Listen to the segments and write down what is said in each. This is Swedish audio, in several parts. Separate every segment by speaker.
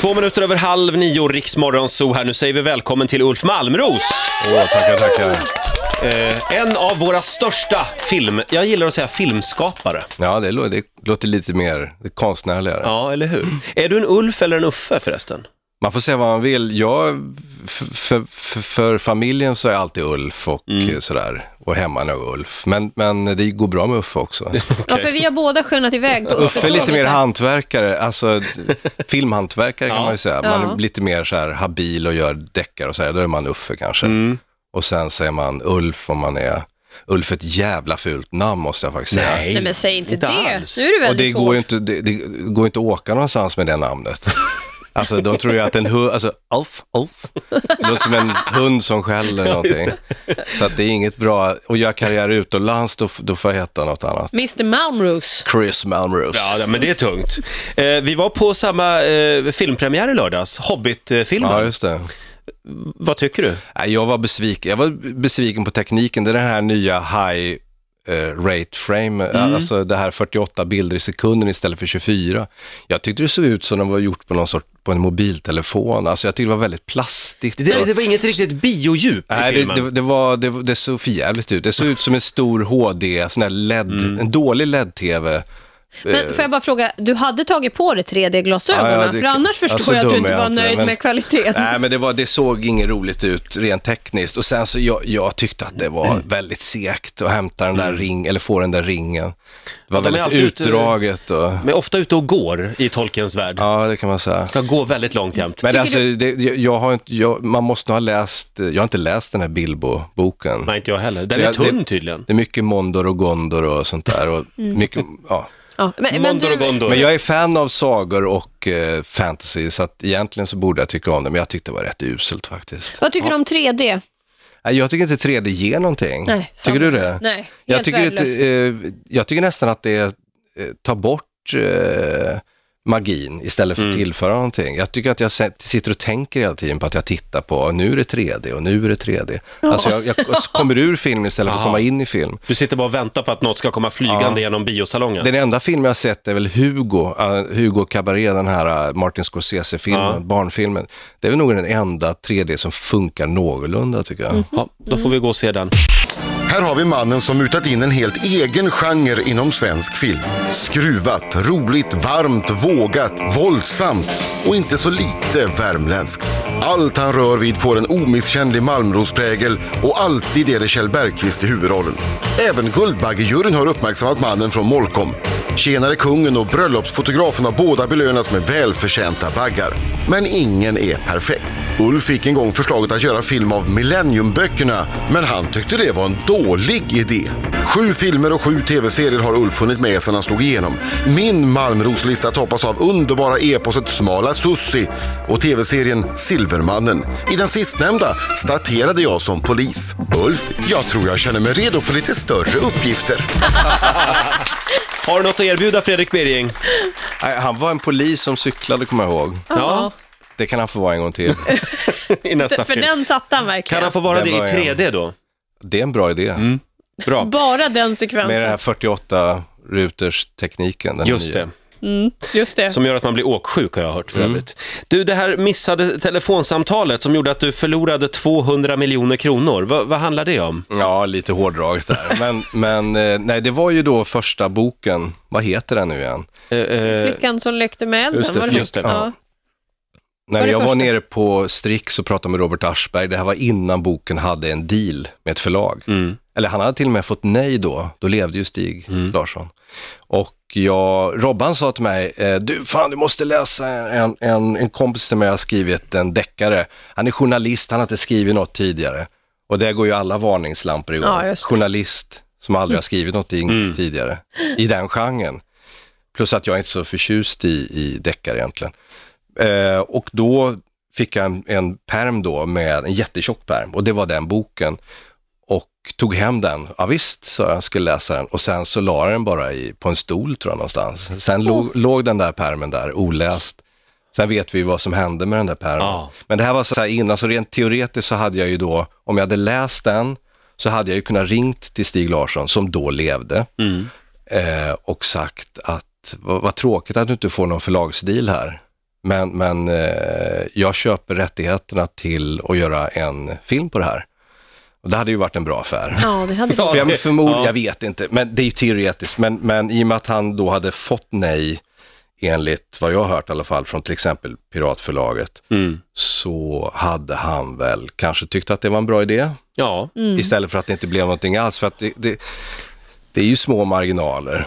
Speaker 1: Två minuter över halv nio, Riksmorgon Zoo här. Nu säger vi välkommen till Ulf Malmros.
Speaker 2: Åh, tackar, tackar.
Speaker 1: Eh, en av våra största film... Jag gillar att säga filmskapare.
Speaker 2: Ja, det, lå- det låter lite mer konstnärligare.
Speaker 1: Ja, eller hur? Är du en Ulf eller en Uffe förresten?
Speaker 2: Man får säga vad man vill. Jag, f- f- f- för familjen så är jag alltid Ulf och eh, sådär. Och hemma är jag Ulf. Men, men det går bra med Uffe också.
Speaker 3: Ja, för vi har båda skönat iväg på
Speaker 2: Uffe är lite mer
Speaker 3: Uppetåget.
Speaker 2: hantverkare, alltså d- filmhantverkare kan
Speaker 1: Ja.
Speaker 2: man ju säga. Man
Speaker 3: Ja.
Speaker 2: är lite mer så här habil och gör deckare och så här, då är man Uffe kanske. Och sen säger man Ulf om man är... Ulf är ett jävla fult namn måste jag faktiskt säga.
Speaker 3: Nej, men säg inte,
Speaker 1: Inte
Speaker 3: det.
Speaker 1: alls.
Speaker 3: Nu är du
Speaker 2: Och det
Speaker 3: väldigt
Speaker 2: går
Speaker 3: hård.
Speaker 2: ju inte, det, det går inte att åka någonstans med det namnet. Alltså de tror ju att en hund, alltså Alf, Alf, det låter som en hund som skäller eller någonting. Så att det är inget bra, och göra karriär utomlands, då, f- då får jag heta något annat.
Speaker 3: Mr Malmros.
Speaker 2: Chris Malmros.
Speaker 1: Ja, ja, men det är tungt. Eh, vi var på samma eh, filmpremiär i lördags, Hobbit-filmen.
Speaker 2: Ja, just det.
Speaker 1: Vad tycker du?
Speaker 2: Nej, jag var besviken. Jag var besviken på tekniken. Det är den här nya high eh, rate frame,
Speaker 1: Mm.
Speaker 2: alltså det här 48 bilder i sekunden istället för 24. Jag tyckte det såg ut som de var gjort på någon sort, på en mobiltelefon. Alltså jag tyckte det var väldigt plastigt.
Speaker 1: Det, det var inget riktigt biodjup i
Speaker 2: Nej,
Speaker 1: filmen.
Speaker 2: det, det, det, var, det, det såg för jävligt ut. Det såg ut som en stor HD, sån här LED,
Speaker 1: Mm.
Speaker 2: en dålig LED-TV.
Speaker 3: Men får jag bara fråga, du hade tagit på dig 3D-glasögonen,
Speaker 2: Eh. Ja, ja, det-
Speaker 3: för annars förstår
Speaker 2: alltså,
Speaker 3: jag
Speaker 2: dum
Speaker 3: att du
Speaker 2: är
Speaker 3: inte
Speaker 2: jag
Speaker 3: var
Speaker 2: inte,
Speaker 3: nöjd
Speaker 2: men-
Speaker 3: med kvaliteten.
Speaker 2: Nej, men det, var, det såg inget roligt ut rent tekniskt. Och sen så jag, jag tyckte att det var
Speaker 1: Mm.
Speaker 2: väldigt segt att hämta den där ring, eller få den där ringen. Det
Speaker 1: de
Speaker 2: var
Speaker 1: är
Speaker 2: väldigt
Speaker 1: alltid ute-
Speaker 2: utdraget och,
Speaker 1: Men ofta ute och går i Tolkiens värld.
Speaker 2: ja det kan man säga.
Speaker 1: Ska gå väldigt långt jämt.
Speaker 2: Men alltså, det, jag, jag har inte, jag, man måste nog ha läst, jag har inte läst den här Bilbo-boken.
Speaker 1: Nej, inte jag heller. Den
Speaker 2: Så
Speaker 1: är
Speaker 2: jag- det-
Speaker 1: tunn tydligen. Mm.
Speaker 2: Det är mycket Mondor och Gondor och sånt där. Och mycket, ja.
Speaker 3: Ja, men, men
Speaker 1: Mondor och
Speaker 3: du,
Speaker 1: Gondor.
Speaker 2: Men jag är fan av sagor och eh, fantasy, så att egentligen så borde jag tycka om det, men jag tyckte det var rätt uselt faktiskt.
Speaker 3: vad tycker du om 3D?
Speaker 2: Nej, jag tycker inte 3D ger någonting.
Speaker 3: Nej, samma.
Speaker 2: tycker du det?
Speaker 3: Nej, helt
Speaker 2: jag tycker, att,
Speaker 3: värdelöst.
Speaker 2: eh, jag tycker nästan att det eh, tar bort eh, magin istället för
Speaker 1: Mm.
Speaker 2: att tillföra någonting. Jag tycker att jag se- sitter och tänker hela tiden på att jag tittar på, nu är det 3D och nu är det 3D. Alltså jag, jag kommer ur film istället för att
Speaker 1: Aha.
Speaker 2: komma in i film.
Speaker 1: Du sitter bara och väntar på att något ska komma flygande
Speaker 2: Ja.
Speaker 1: genom biosalongen.
Speaker 2: Den enda film jag har sett är väl Hugo, eh, Hugo Cabaret, den här eh, Martin Scorsese-filmen,
Speaker 1: Ja.
Speaker 2: barnfilmen. Det är väl nog den enda 3D som funkar någorlunda tycker jag.
Speaker 3: Mm.
Speaker 1: Ja, då får vi gå och se den.
Speaker 4: Här har vi mannen som mutat in en helt egen genre inom svensk film. Skruvat, roligt, varmt, vågat, våldsamt och inte så lite värmländskt. Allt han rör vid får en omisskännlig Malmrosprägel och alltid är det Kjell Bergqvist i huvudrollen. Även Guldbaggejuryn har uppmärksammat mannen från Molkom. Tjenare kungen och bröllopsfotografen har båda belönats med välförtjänta baggar. Men ingen är perfekt. Ulf fick en gång förslaget att göra film av Millenniumböckerna, men han tyckte det var en dålig idé. Sju filmer och sju tv-serier har Ulf hunnit med sedan han slog igenom. Min Malmroslista toppas av underbara eposet Smala Sussi och tv-serien Silvermannen. I den sistnämnda staterade jag som polis. Ulf, jag tror jag känner mig redo för lite större uppgifter.
Speaker 1: Har du något att erbjuda Fredrik Birging?
Speaker 2: Nej, Han var en polis som cyklade, kommer jag ihåg.
Speaker 1: Ja,
Speaker 2: Det kan han få vara en gång till.
Speaker 1: i nästa
Speaker 3: För
Speaker 1: film.
Speaker 3: den satte han
Speaker 1: Kan
Speaker 3: verkligen.
Speaker 1: han få vara
Speaker 2: Den
Speaker 1: det i
Speaker 2: var jag.
Speaker 1: 3D då?
Speaker 2: Det är en bra idé.
Speaker 1: Bra,
Speaker 3: Bara den
Speaker 2: Med den
Speaker 3: sekvensen.
Speaker 2: här 48-ruters-tekniken. den
Speaker 1: just
Speaker 2: nya.
Speaker 1: det.
Speaker 3: Just det.
Speaker 1: Som gör att man blir åksjuk har jag hört för
Speaker 2: Mm.
Speaker 1: övrigt. Du, det här missade telefonsamtalet som gjorde att du förlorade 200 miljoner kronor. Vad- vad handlar det om?
Speaker 2: Ja, lite hårdraget där. Men, men eh, nej, det var ju då första boken. Vad heter den nu igen?
Speaker 1: Eh, eh,
Speaker 3: Flickan som lekte med elden,
Speaker 2: Just det,
Speaker 3: var
Speaker 1: just det.
Speaker 3: Ja.
Speaker 2: När
Speaker 3: Var det
Speaker 2: jag var
Speaker 3: första?
Speaker 2: nere på Strix och pratade med Robert Aschberg, det här var innan boken hade en deal med ett förlag. Eller han hade till och med fått nej då, då levde ju Stig Larsson. Och jag, Robban sa till mig, eh, du fan du måste läsa en, en, en kompis till mig har skrivit en deckare. Han är journalist, han har inte skrivit något tidigare. Och där går ju alla varningslampor igång.
Speaker 3: Ja, just det.
Speaker 2: journalist som aldrig har skrivit något tidigare, i den genren. Plus att jag är inte så förtjust i, i deckare egentligen. Eh, och då fick jag en, en perm då med en jättetjock perm och det var den boken. Och tog hem den. Ja visst, sa jag, jag skulle läsa den. Och sen så la jag den bara i, på en stol tror jag någonstans. Sen låg, låg den där permen där oläst. Sen vet vi vad som hände med den där permen.
Speaker 1: Ja.
Speaker 2: Men det här var så här innan, så rent teoretiskt så hade jag ju då, om jag hade läst den, så hade jag ju kunnat ringt till Stig Larsson, som då levde, eh, och sagt att vad, vad tråkigt att du inte får någon förlagsdeal här. Men, men eh, jag köper rättigheterna till att göra en film på det här. Och det hade ju varit en bra affär.
Speaker 3: Ja, det hade
Speaker 2: För
Speaker 1: Ja,
Speaker 3: varit.
Speaker 2: jag
Speaker 1: det-
Speaker 2: förmodar,
Speaker 1: ja.
Speaker 2: jag vet inte, men det är ju teoretiskt. Men, men i och med att han då hade fått nej, enligt vad jag har hört i alla fall, från till exempel Piratförlaget,
Speaker 1: Mm.
Speaker 2: så hade han väl kanske tyckt att det var en bra idé,
Speaker 1: Ja,
Speaker 2: istället för att det inte blev någonting alls. För att det, det, det är ju små marginaler,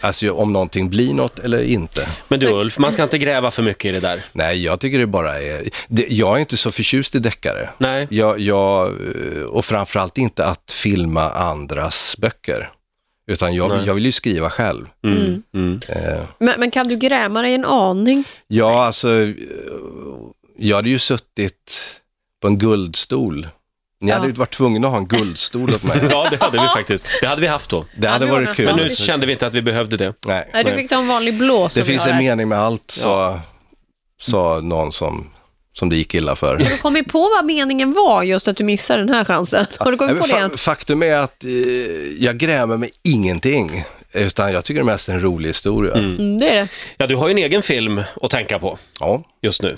Speaker 2: alltså ju- om någonting blir något eller inte.
Speaker 1: men du Ulf, man ska inte gräva för mycket i det där.
Speaker 2: Nej, jag tycker det bara är... Det, jag är inte så förtjust i deckare.
Speaker 1: Nej.
Speaker 2: Jag, jag, eh, och framförallt inte att filma andras böcker. Utan jag, jag vill ju skriva själv. Eh,
Speaker 3: Men, men kan du gräma dig en aning?
Speaker 2: ja, alltså, eh, jag hade ju suttit på en guldstol. Ni hade ju varit tvungna att ha en guldstol åt mig.
Speaker 1: Ja, det hade vi faktiskt. Det hade vi haft då.
Speaker 2: Det hade
Speaker 3: Ja, det var
Speaker 2: varit kul.
Speaker 1: Men nu
Speaker 3: Ja.
Speaker 1: kände vi inte att vi behövde det.
Speaker 2: Nej.
Speaker 3: Nej, du
Speaker 1: Nej.
Speaker 3: fick ta en vanlig blå som
Speaker 2: Det finns
Speaker 3: vi
Speaker 2: en
Speaker 3: har här.
Speaker 2: mening med allt, sa, sa någon som, som det gick illa för.
Speaker 3: Har du kommit på vad meningen var just att du missar den här chansen? Har du kommit
Speaker 2: Nej,
Speaker 3: på det
Speaker 2: men
Speaker 3: än?
Speaker 2: fa- Faktum är att eh, jag grämer mig ingenting, utan jag tycker det mest är en rolig historia.
Speaker 3: Mm, det är det.
Speaker 1: Ja, du har ju en egen film att tänka på
Speaker 2: Ja.
Speaker 1: just nu.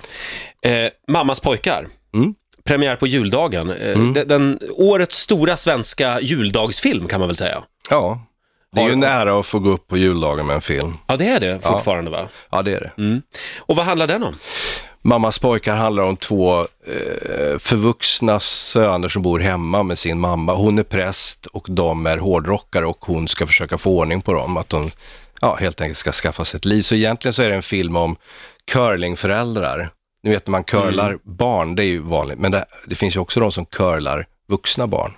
Speaker 1: Eh, Mammas pojkar.
Speaker 2: Mm.
Speaker 1: Premiär på juldagen. Eh, Den, den, årets stora svenska juldagsfilm kan man väl säga.
Speaker 2: ja, det är ju en ära att få gå upp på juldagen med en film.
Speaker 1: Ja, det är det fortfarande va?
Speaker 2: Ja, det är det.
Speaker 1: Och vad handlar den om?
Speaker 2: Mammas pojkar handlar om två eh, förvuxna söner som bor hemma med sin mamma. Hon är präst och de är hårdrockare och hon ska försöka få ordning på dem, att de ja, helt enkelt ska skaffa sig ett liv. Så egentligen så är det en film om curlingföräldrar. Ni vet när man curlar barn, det är ju vanligt, men det, det finns ju också de som curlar vuxna barn.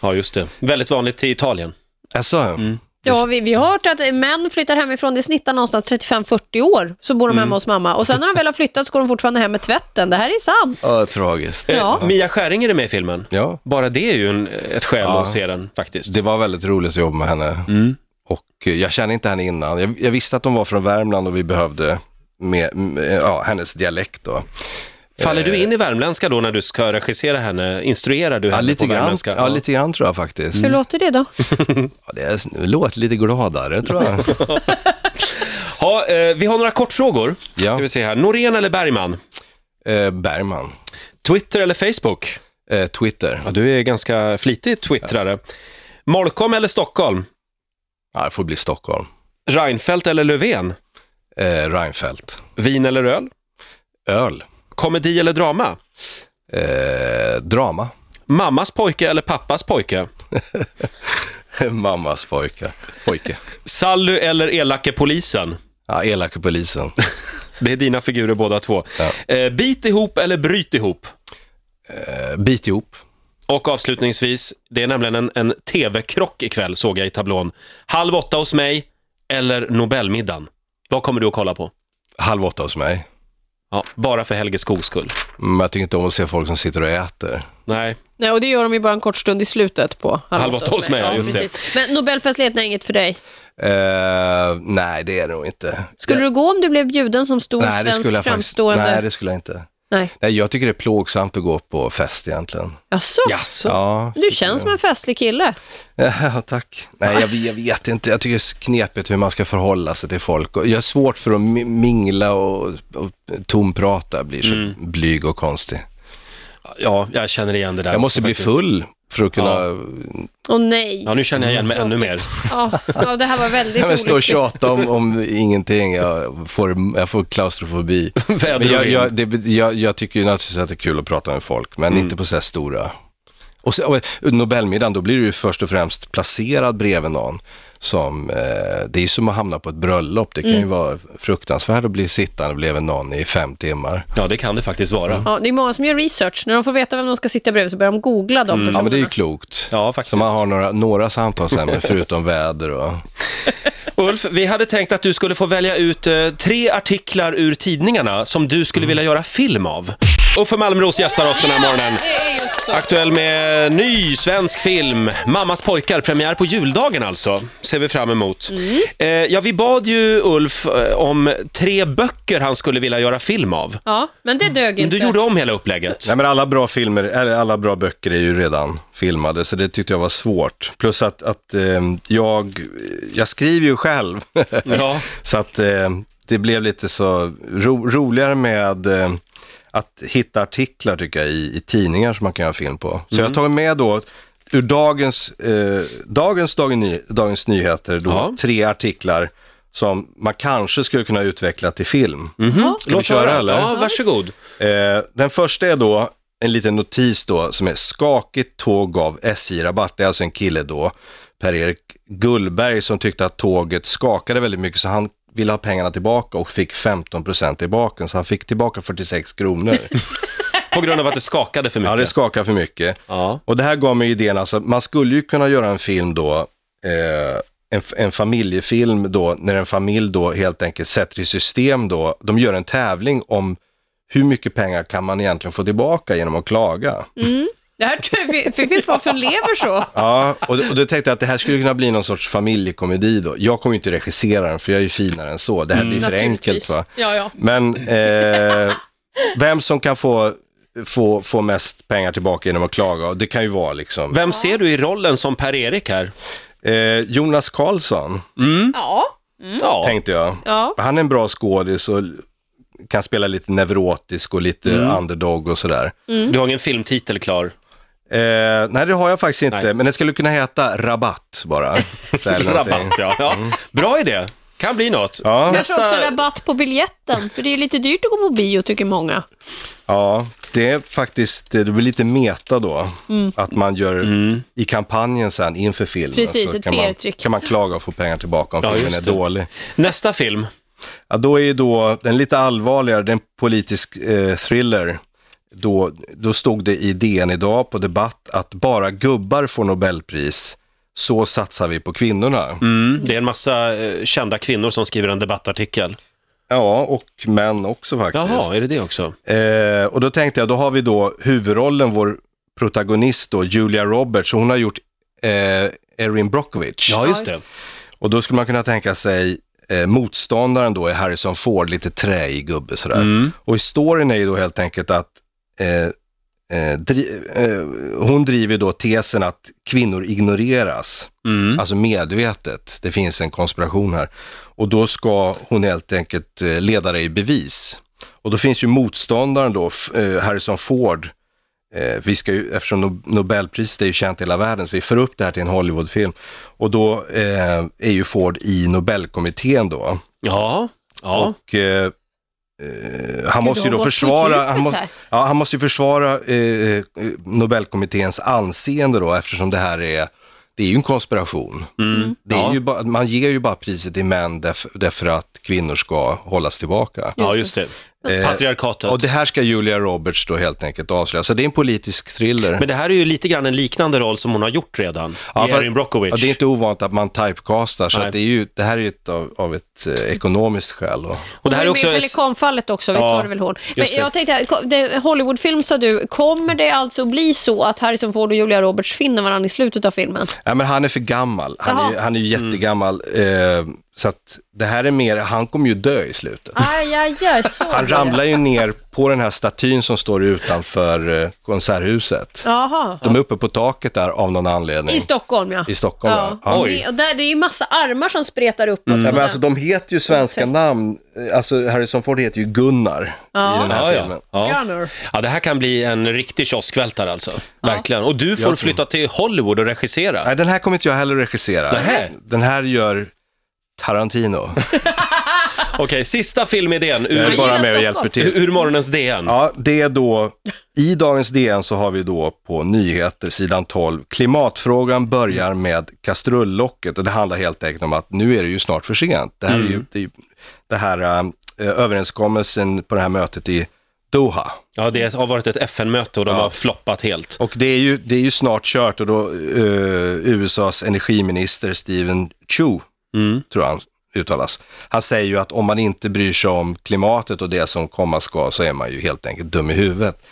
Speaker 1: Ja, just det. Väldigt vanligt i Italien.
Speaker 2: Alltså,
Speaker 3: Ja, vi, vi har hört att män flyttar hemifrån, det snittar någonstans 35-40 år, så
Speaker 2: Mm.
Speaker 3: bor de hemma hos mamma. Och sen när de väl har flyttat så går de fortfarande hem med tvätten. Det här är sant.
Speaker 2: ja, tragiskt.
Speaker 3: Ja.
Speaker 1: Mia Skäringer är med i filmen.
Speaker 2: Ja,
Speaker 1: Bara det är ju en, ett skäl att se den faktiskt.
Speaker 2: Det var väldigt roligt att jobba med henne. Och eh, jag kände inte henne innan. Jag, jag visste att hon var från Värmland och vi behövde med, m- eh, ja, hennes dialekt då.
Speaker 1: Faller du in i värmländska då när du ska regissera henne? Instruerar du
Speaker 2: Eh. Ja,
Speaker 1: henne
Speaker 2: lite
Speaker 1: på
Speaker 2: grann,
Speaker 1: värmländska?
Speaker 2: ja, lite grann tror jag faktiskt.
Speaker 3: Hur låter det då?
Speaker 2: Ja, det är, låter lite gladare tror jag.
Speaker 1: Ja, eh, vi har några kortfrågor.
Speaker 2: Ja.
Speaker 1: Ska vi se här. Norén eller Bergman?
Speaker 2: Eh, Bergman,
Speaker 1: Twitter eller Facebook?
Speaker 2: eh, Twitter.
Speaker 1: Ja, du är ganska flitig twittrare. Molkom eller Stockholm?
Speaker 2: Ja, det får bli Stockholm.
Speaker 1: Reinfeldt eller Löfven?
Speaker 2: Eh, Reinfeldt.
Speaker 1: Vin eller öl?
Speaker 2: Öl.
Speaker 1: Komedi eller drama?
Speaker 2: Eh, drama.
Speaker 1: Mammas pojke eller pappas pojke?
Speaker 2: Mammas pojke. pojke.
Speaker 1: Sally eller elake polisen?
Speaker 2: Ja, elake polisen.
Speaker 1: Det är dina figurer båda två. Eh, bit ihop eller bryt ihop?
Speaker 2: Eh, bit ihop.
Speaker 1: Och avslutningsvis, det är nämligen en, en tv-krock ikväll, såg jag i tablån. Halv åtta hos mig eller Nobelmiddagen. Vad kommer du att kolla på?
Speaker 2: Halv åtta hos mig.
Speaker 1: Ja, bara för Helge Skogs skull.
Speaker 2: Men jag tycker inte om att se folk som sitter och äter.
Speaker 1: Nej,
Speaker 3: Nej, och det gör de ju bara en kort stund i slutet på
Speaker 1: Halv åtta hos mig, ja, just det.
Speaker 3: precis. Men Nobelfestligheten är inget för dig.
Speaker 2: Eh, nej, det är det nog inte.
Speaker 3: Skulle du gå om du blev bjuden som stor
Speaker 2: nej, det
Speaker 3: svensk
Speaker 2: skulle jag
Speaker 3: framstående?
Speaker 2: Faktiskt, nej, det skulle jag inte.
Speaker 3: nej.
Speaker 2: Nej, jag tycker det är plågsamt att gå på fest egentligen.
Speaker 3: Jaså?
Speaker 1: Jaså?
Speaker 2: Ja,
Speaker 3: Du känns som en festlig kille.
Speaker 2: ja tack. Nej, jag, jag vet inte. Jag tycker det är knepigt hur man ska förhålla sig till folk. Och Jag har svårt för att mi- mingla och, och tomprata. Jag blir så blyg och konstig.
Speaker 1: Ja, jag känner igen det där.
Speaker 2: Jag måste bli
Speaker 1: faktiskt.
Speaker 2: full för att kunna
Speaker 3: Åh nej.
Speaker 1: Ja, nu känner jag igen
Speaker 2: Mm,
Speaker 1: mig ännu mer.
Speaker 3: Ja, ja, det här var väldigt
Speaker 2: ja, men stå och
Speaker 3: olyckligt.
Speaker 2: tjata om, om ingenting. Jag får, jag får klaustrofobi.
Speaker 1: Väder
Speaker 2: Men
Speaker 1: och
Speaker 2: jag,
Speaker 1: vind.
Speaker 2: jag, det, jag, jag tycker ju naturligtvis att det är kul att prata med folk, men inte på så här stora. Och, så, och Nobelmiddagen, då blir du ju först och främst placerad bredvid någon som, eh, det är ju som att hamna på ett bröllop, det kan ju vara fruktansvärt att bli sittande bredvid någon i fem timmar.
Speaker 1: Ja, det kan det faktiskt vara.
Speaker 2: Mm.
Speaker 3: Ja, det är många som gör research. När de får veta vem de ska sitta bredvid så börjar de googla de
Speaker 1: Mm.
Speaker 3: personerna.
Speaker 2: Ja men det är ju klokt.
Speaker 1: Ja, faktiskt.
Speaker 2: Så man har några, några samtalsämnen förutom väder och...
Speaker 1: Ulf, vi hade tänkt att du skulle få välja ut eh, tre artiklar ur tidningarna som du
Speaker 2: Mm.
Speaker 1: skulle vilja göra film av. Uffe Malmros gästar oss den här morgonen.
Speaker 3: Det är just så.
Speaker 1: Aktuell med ny svensk film, Mammas pojkar, premiär på juldagen alltså, ser vi fram emot.
Speaker 2: Mm.
Speaker 1: Eh, ja, vi bad ju Ulf eh, om tre böcker han skulle vilja göra film av.
Speaker 3: Ja, men det dög
Speaker 1: Mm. Men
Speaker 3: inte.
Speaker 1: du gjorde om hela upplägget.
Speaker 2: Nej men alla bra filmer, eller alla bra böcker är ju redan filmade, så det tyckte jag var svårt. Plus att, att eh, jag, jag skriver ju själv.
Speaker 1: Ja.
Speaker 2: Så att eh, det blev lite så ro, roligare med eh, att hitta artiklar tycker jag i, i tidningar som man kan göra film på. Så
Speaker 1: Mm.
Speaker 2: jag har tagit med då ur dagens, eh, dagens Dagen Ny, Dagens Nyheter då
Speaker 1: Ja.
Speaker 2: tre artiklar som man kanske skulle kunna utveckla till film. Ska vi
Speaker 1: Mhm. Låt
Speaker 2: köra
Speaker 1: höra.
Speaker 2: eller?
Speaker 1: Ja, varsågod.
Speaker 2: Eh, den första är då en liten notis då som är skakigt tåg gav SJ-rabatt. Det är alltså en kille då, Per-Erik Gullberg, som tyckte att tåget skakade väldigt mycket så han ville ha pengarna tillbaka och fick 15% tillbaka. Så han fick tillbaka 46 kronor.
Speaker 1: På grund av att det skakade för mycket.
Speaker 2: Ja, det skakar för mycket.
Speaker 1: Ja.
Speaker 2: Och det här gav mig idén, alltså, man skulle ju kunna göra en film då, eh, en, en familjefilm då, när en familj då helt enkelt sätter i system då, de gör en tävling om hur mycket pengar kan man egentligen få tillbaka genom att klaga?
Speaker 3: Det, här, tror jag- det finns folk som lever så.
Speaker 2: Ja, och, och då tänkte jag att det här skulle kunna bli någon sorts familjekomedi då. Jag kommer ju inte regissera den, för jag är ju finare än så. Det här blir för enkelt
Speaker 3: Naturligtvis.
Speaker 2: va?
Speaker 3: Ja, ja.
Speaker 2: Men eh, vem som kan få, få, få mest pengar tillbaka genom att klaga, och det kan ju vara liksom
Speaker 1: Vem ser du i rollen som Per-Erik här?
Speaker 2: Eh, Jonas Karlsson
Speaker 3: Mm. Ja.
Speaker 1: Ja.
Speaker 2: tänkte jag.
Speaker 3: Ja.
Speaker 2: Han är en bra skådis och kan spela lite neurotisk och lite
Speaker 1: Mm.
Speaker 2: underdog och sådär.
Speaker 3: Mm.
Speaker 1: Du har ingen filmtitel klar.
Speaker 2: Eh, nej, det har jag faktiskt inte,
Speaker 1: Nej.
Speaker 2: men det skulle kunna heta Rabatt bara. Så här eller någonting. Mm.
Speaker 1: Rabatt, ja. ja. Bra idé. Kan bli något.
Speaker 2: Ja.
Speaker 3: Jag tror också
Speaker 1: Nästa...
Speaker 3: rabatt på biljetten, för det är lite dyrt att gå på bio tycker många.
Speaker 2: Ja, det är faktiskt, det blir lite meta då.
Speaker 3: Mm.
Speaker 2: Att man gör
Speaker 1: Mm.
Speaker 2: i kampanjen sen inför filmen.
Speaker 3: Precis,
Speaker 2: så
Speaker 3: ett
Speaker 2: kan man,
Speaker 3: PR-trick.
Speaker 2: kan man klaga och få pengar tillbaka om
Speaker 1: Ja,
Speaker 2: filmen
Speaker 1: just
Speaker 2: är
Speaker 1: det.
Speaker 2: dålig.
Speaker 1: Nästa film.
Speaker 2: Ja, då är ju då den lite allvarligare, den politisk eh, thriller. Då, då stod det i DN idag på debatt att bara gubbar får Nobelpris, så satsar vi på kvinnorna.
Speaker 1: Mm. Det är en massa eh, kända kvinnor som skriver en debattartikel.
Speaker 2: Ja, och män också faktiskt.
Speaker 1: Jaha, är det det också?
Speaker 2: Eh, och då tänkte jag, då har vi då huvudrollen, vår protagonist då, Julia Roberts, och hon har gjort eh, Erin Brockovich.
Speaker 1: Ja, just det.
Speaker 2: Och då skulle man kunna tänka sig eh, motståndaren då är Harrison Ford, lite träig gubbe sådär. Och storyn är ju då helt enkelt att eh, eh, dri- eh, hon driver då tesen att kvinnor ignoreras, alltså medvetet. Det finns en konspiration här. Och då ska hon helt enkelt eh, leda det i bevis. Och då finns ju motståndaren då, f- eh, Harrison Ford, Eh, vi ska ju, eftersom no- Nobelpriset är ju känt i hela världen, så vi för upp det här till en Hollywoodfilm. Och då eh, är ju Ford i Nobelkommittén då.
Speaker 1: Ja. Ja.
Speaker 2: Och, eh, eh, han måste ju
Speaker 3: har
Speaker 2: då
Speaker 3: gått på
Speaker 2: försvara,
Speaker 3: djupet
Speaker 2: han, må,
Speaker 3: här.
Speaker 2: ja, han måste ju försvara eh, eh, Nobelkommitténs anseende då, eftersom det här är, det är ju en konspiration.
Speaker 3: Mm.
Speaker 2: Det är
Speaker 1: Ja.
Speaker 2: ju bara, man ger ju bara priset till män därför, därför att kvinnor ska hållas tillbaka.
Speaker 1: ja, just det. Patriarkatet.
Speaker 2: Eh, Och det här ska Julia Roberts då helt enkelt avslöja. Så det är en politisk thriller.
Speaker 1: Men det här är ju lite grann en liknande roll som hon har gjort redan. I
Speaker 2: för-
Speaker 1: Erin Brockovich.
Speaker 2: Ja, det är inte ovanligt att man typecastar, så
Speaker 1: Nej.
Speaker 2: att det, är ju, det här är ju ett, av, av ett eh, ekonomiskt skäl. Då.
Speaker 1: Och det här är
Speaker 3: med
Speaker 1: också
Speaker 3: i
Speaker 1: ett...
Speaker 3: Pelikanfallet också, visst
Speaker 1: Ja,
Speaker 3: var det väl hon? Men
Speaker 1: just det.
Speaker 3: jag tänkte, här, ko- det- Hollywoodfilm sa du, kommer det alltså bli så att Harrison Ford och Julia Roberts finner varandra i slutet av filmen?
Speaker 2: Ja, men han är för gammal. Han är,
Speaker 3: Jaha.
Speaker 2: han är ju
Speaker 1: Mm.
Speaker 2: jättegammal. Eh, så att det här är mer, han kommer ju dö i slutet.
Speaker 3: Aj, aj, aj, så
Speaker 2: Han ramlar ju ner på den här statyn som står utanför eh, konserthuset.
Speaker 3: Jaha.
Speaker 2: De är uppe på taket där av någon anledning.
Speaker 3: I Stockholm ja.
Speaker 2: I Stockholm, va?
Speaker 3: ja.
Speaker 2: Ja.
Speaker 3: Och det- Och där, det är ju massa armar som spretar uppåt.
Speaker 2: Ja, men alltså, de heter ju svenska
Speaker 3: Exakt.
Speaker 2: namn. Eh, Alltså, Harrison Ford heter ju Gunnar i den här
Speaker 1: Ja,
Speaker 2: filmen.
Speaker 1: ja. Ja.
Speaker 3: Gunnar.
Speaker 1: ja, det här kan bli en riktig kioskvältare alltså. Verkligen. Och du får flytta till Hollywood och regissera.
Speaker 2: Nej, den här kommer inte jag heller regissera.
Speaker 1: Nähä.
Speaker 2: Den här gör Tarantino.
Speaker 1: Okej, sista filmidén
Speaker 2: Jag
Speaker 1: ur,
Speaker 2: är
Speaker 3: gillar
Speaker 2: bara med och
Speaker 3: Stockholm.
Speaker 2: hjälper till.
Speaker 1: ur morgonens DN.
Speaker 2: Ja, det är då, i dagens DN så har vi då på nyheter, sidan 12, klimatfrågan börjar
Speaker 3: Mm.
Speaker 2: med kastrullocket och det handlar helt enkelt om att nu är det ju snart för sent. Det här, är
Speaker 3: Mm.
Speaker 2: ju, det, är ju- det här eh, överenskommelsen på det här mötet i Doha.
Speaker 1: Ja, det har varit ett FN-möte och de har floppat helt.
Speaker 2: Och det är ju, det är ju snart kört och då eh, USAs energiminister Steven Chu, tror jag han uttalas, han säger ju att om man inte bryr sig om klimatet och det som komma ska så är man ju helt enkelt dum i huvudet.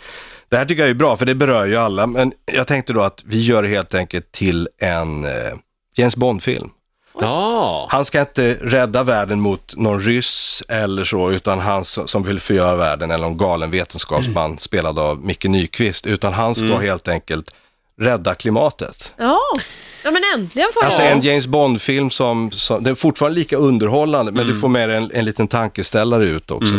Speaker 2: Det här tycker jag är bra för det berör ju alla, men jag tänkte då att vi gör det helt enkelt till en eh, James Bond-film.
Speaker 1: Ja,
Speaker 2: Han ska inte rädda världen mot någon ryss eller så, utan han s- som vill förgöra världen eller någon galen vetenskapsman
Speaker 3: Mm.
Speaker 2: spelad av Micke Nyqvist, utan han ska helt enkelt rädda klimatet.
Speaker 3: Ja, Ja, men äntligen får jag.
Speaker 2: Alltså en James Bond-film som, som, den är fortfarande lika underhållande, men
Speaker 3: Mm.
Speaker 2: du får med dig en, en liten tankeställare ut också.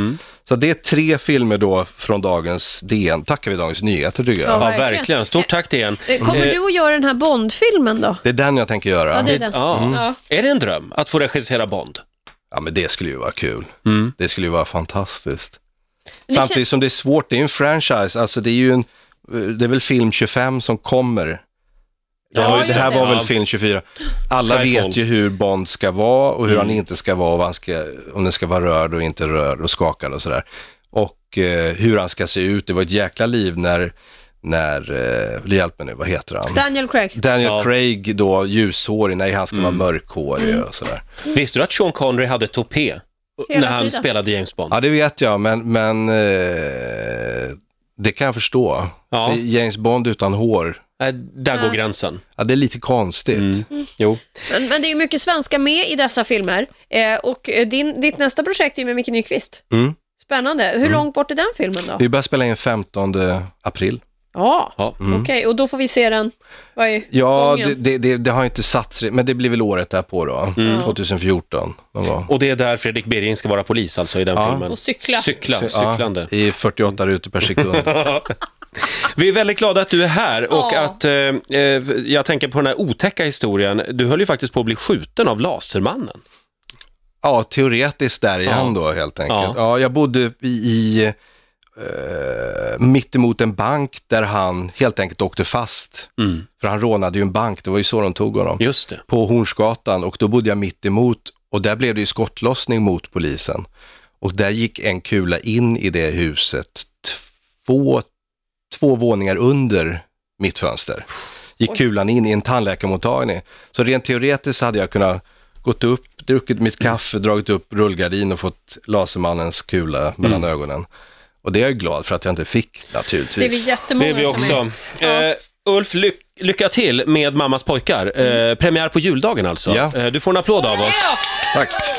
Speaker 2: Så det är tre filmer då från dagens DN. Tackar vi Dagens Nyheter tycker jag.
Speaker 1: Ja,
Speaker 3: verkligen.
Speaker 1: verkligen. Stort tack till en.
Speaker 3: Eh,
Speaker 2: Mm.
Speaker 3: Kommer du att göra den här Bond-filmen då?
Speaker 2: Det är den jag tänker göra.
Speaker 3: Ja, det är den.
Speaker 1: Ja.
Speaker 3: Ja.
Speaker 1: Är det en dröm att få regissera Bond?
Speaker 2: Ja, men det skulle ju vara kul.
Speaker 1: Mm.
Speaker 2: Det skulle ju vara fantastiskt.
Speaker 3: det
Speaker 2: Samtidigt som det är svårt, det är ju en franchise, alltså det är ju en, det är väl film 25 som kommer.
Speaker 1: Ja,
Speaker 2: Ja,
Speaker 1: just
Speaker 2: det här
Speaker 1: det.
Speaker 2: var
Speaker 1: Ja.
Speaker 2: väl film 24. Alla
Speaker 1: Skyfall. Mm.
Speaker 2: vet ju hur Bond ska vara och hur han inte ska vara, och vad han ska, om den ska vara rörd och inte rörd och skakad och sådär. Och eh, hur han ska se ut. Det var ett jäkla liv när, när eh, hjälp mig nu, vad heter han?
Speaker 3: Daniel Craig.
Speaker 2: Daniel
Speaker 1: Ja. Mm.
Speaker 2: Craig då, ljushårig, nej han ska vara mörkhårig och sådär.
Speaker 1: Visste du att Sean Connery hade topé
Speaker 3: Hela
Speaker 1: när han
Speaker 3: tiden.
Speaker 1: spelade James Bond?
Speaker 2: Ja, det vet jag, men, men eh, det kan jag förstå.
Speaker 1: Ja.
Speaker 2: För James Bond utan hår,
Speaker 1: Nej, där går gränsen.
Speaker 2: ja, det är lite konstigt.
Speaker 1: Mm. Jo.
Speaker 3: Men, men det är ju mycket svenska med i dessa filmer. Eh, och eh, din, ditt nästa projekt är ju med Micke Nyqvist.
Speaker 2: Mm.
Speaker 3: Spännande. Hur långt bort är den filmen då?
Speaker 2: Vi börjar spela in 15 april.
Speaker 3: Ja,
Speaker 1: Ja.
Speaker 3: okej. Och då får vi se den. Vad är
Speaker 2: Mm. Ja,
Speaker 3: gången?
Speaker 2: det, det, det, det har inte satt sig, men det blir väl året därpå då, 2014. någon gång.
Speaker 1: Mm. Och det är där Fredrik Birging ska vara polis alltså i den
Speaker 2: Ja.
Speaker 1: filmen.
Speaker 3: Och cykla.
Speaker 1: Cykla,
Speaker 2: Så,
Speaker 1: cyklande.
Speaker 2: Ja, I 48 rutor per sekund.
Speaker 1: Vi är väldigt glada att du är här och
Speaker 3: Ja.
Speaker 1: att eh, eh, jag tänker på den här otäcka historien. Du höll ju faktiskt på att bli skjuten av Lasermannen.
Speaker 2: Ja, teoretiskt där igen då helt enkelt.
Speaker 1: Ja.
Speaker 2: Ja. jag bodde i, i eh, mittemot en bank där han helt enkelt åkte fast.
Speaker 1: Mm.
Speaker 2: För han rånade ju en bank, det var ju så de tog honom.
Speaker 1: Just det.
Speaker 2: På Hornsgatan och då bodde jag mitt emot och där blev det ju skottlossning mot polisen. Och där gick en kula in i det huset, två, två våningar under mitt fönster. Gick kulan in i en tandläkarmottagning. Så rent teoretiskt hade jag kunnat gått upp, druckit mitt kaffe, dragit upp rullgardin och fått Lasermannens kula mellan ögonen. Och det är jag glad för att jag inte fick
Speaker 3: Det är vi
Speaker 2: naturligtvis.
Speaker 3: jättemånga
Speaker 1: Det är vi
Speaker 3: som
Speaker 1: också.
Speaker 3: Ja. Mm.
Speaker 1: Eh, Ulf, ly- lycka till med Mammas pojkar. Eh, premiär på juldagen alltså.
Speaker 2: Ja.
Speaker 1: Eh, du får en applåd av oss.
Speaker 2: Tack.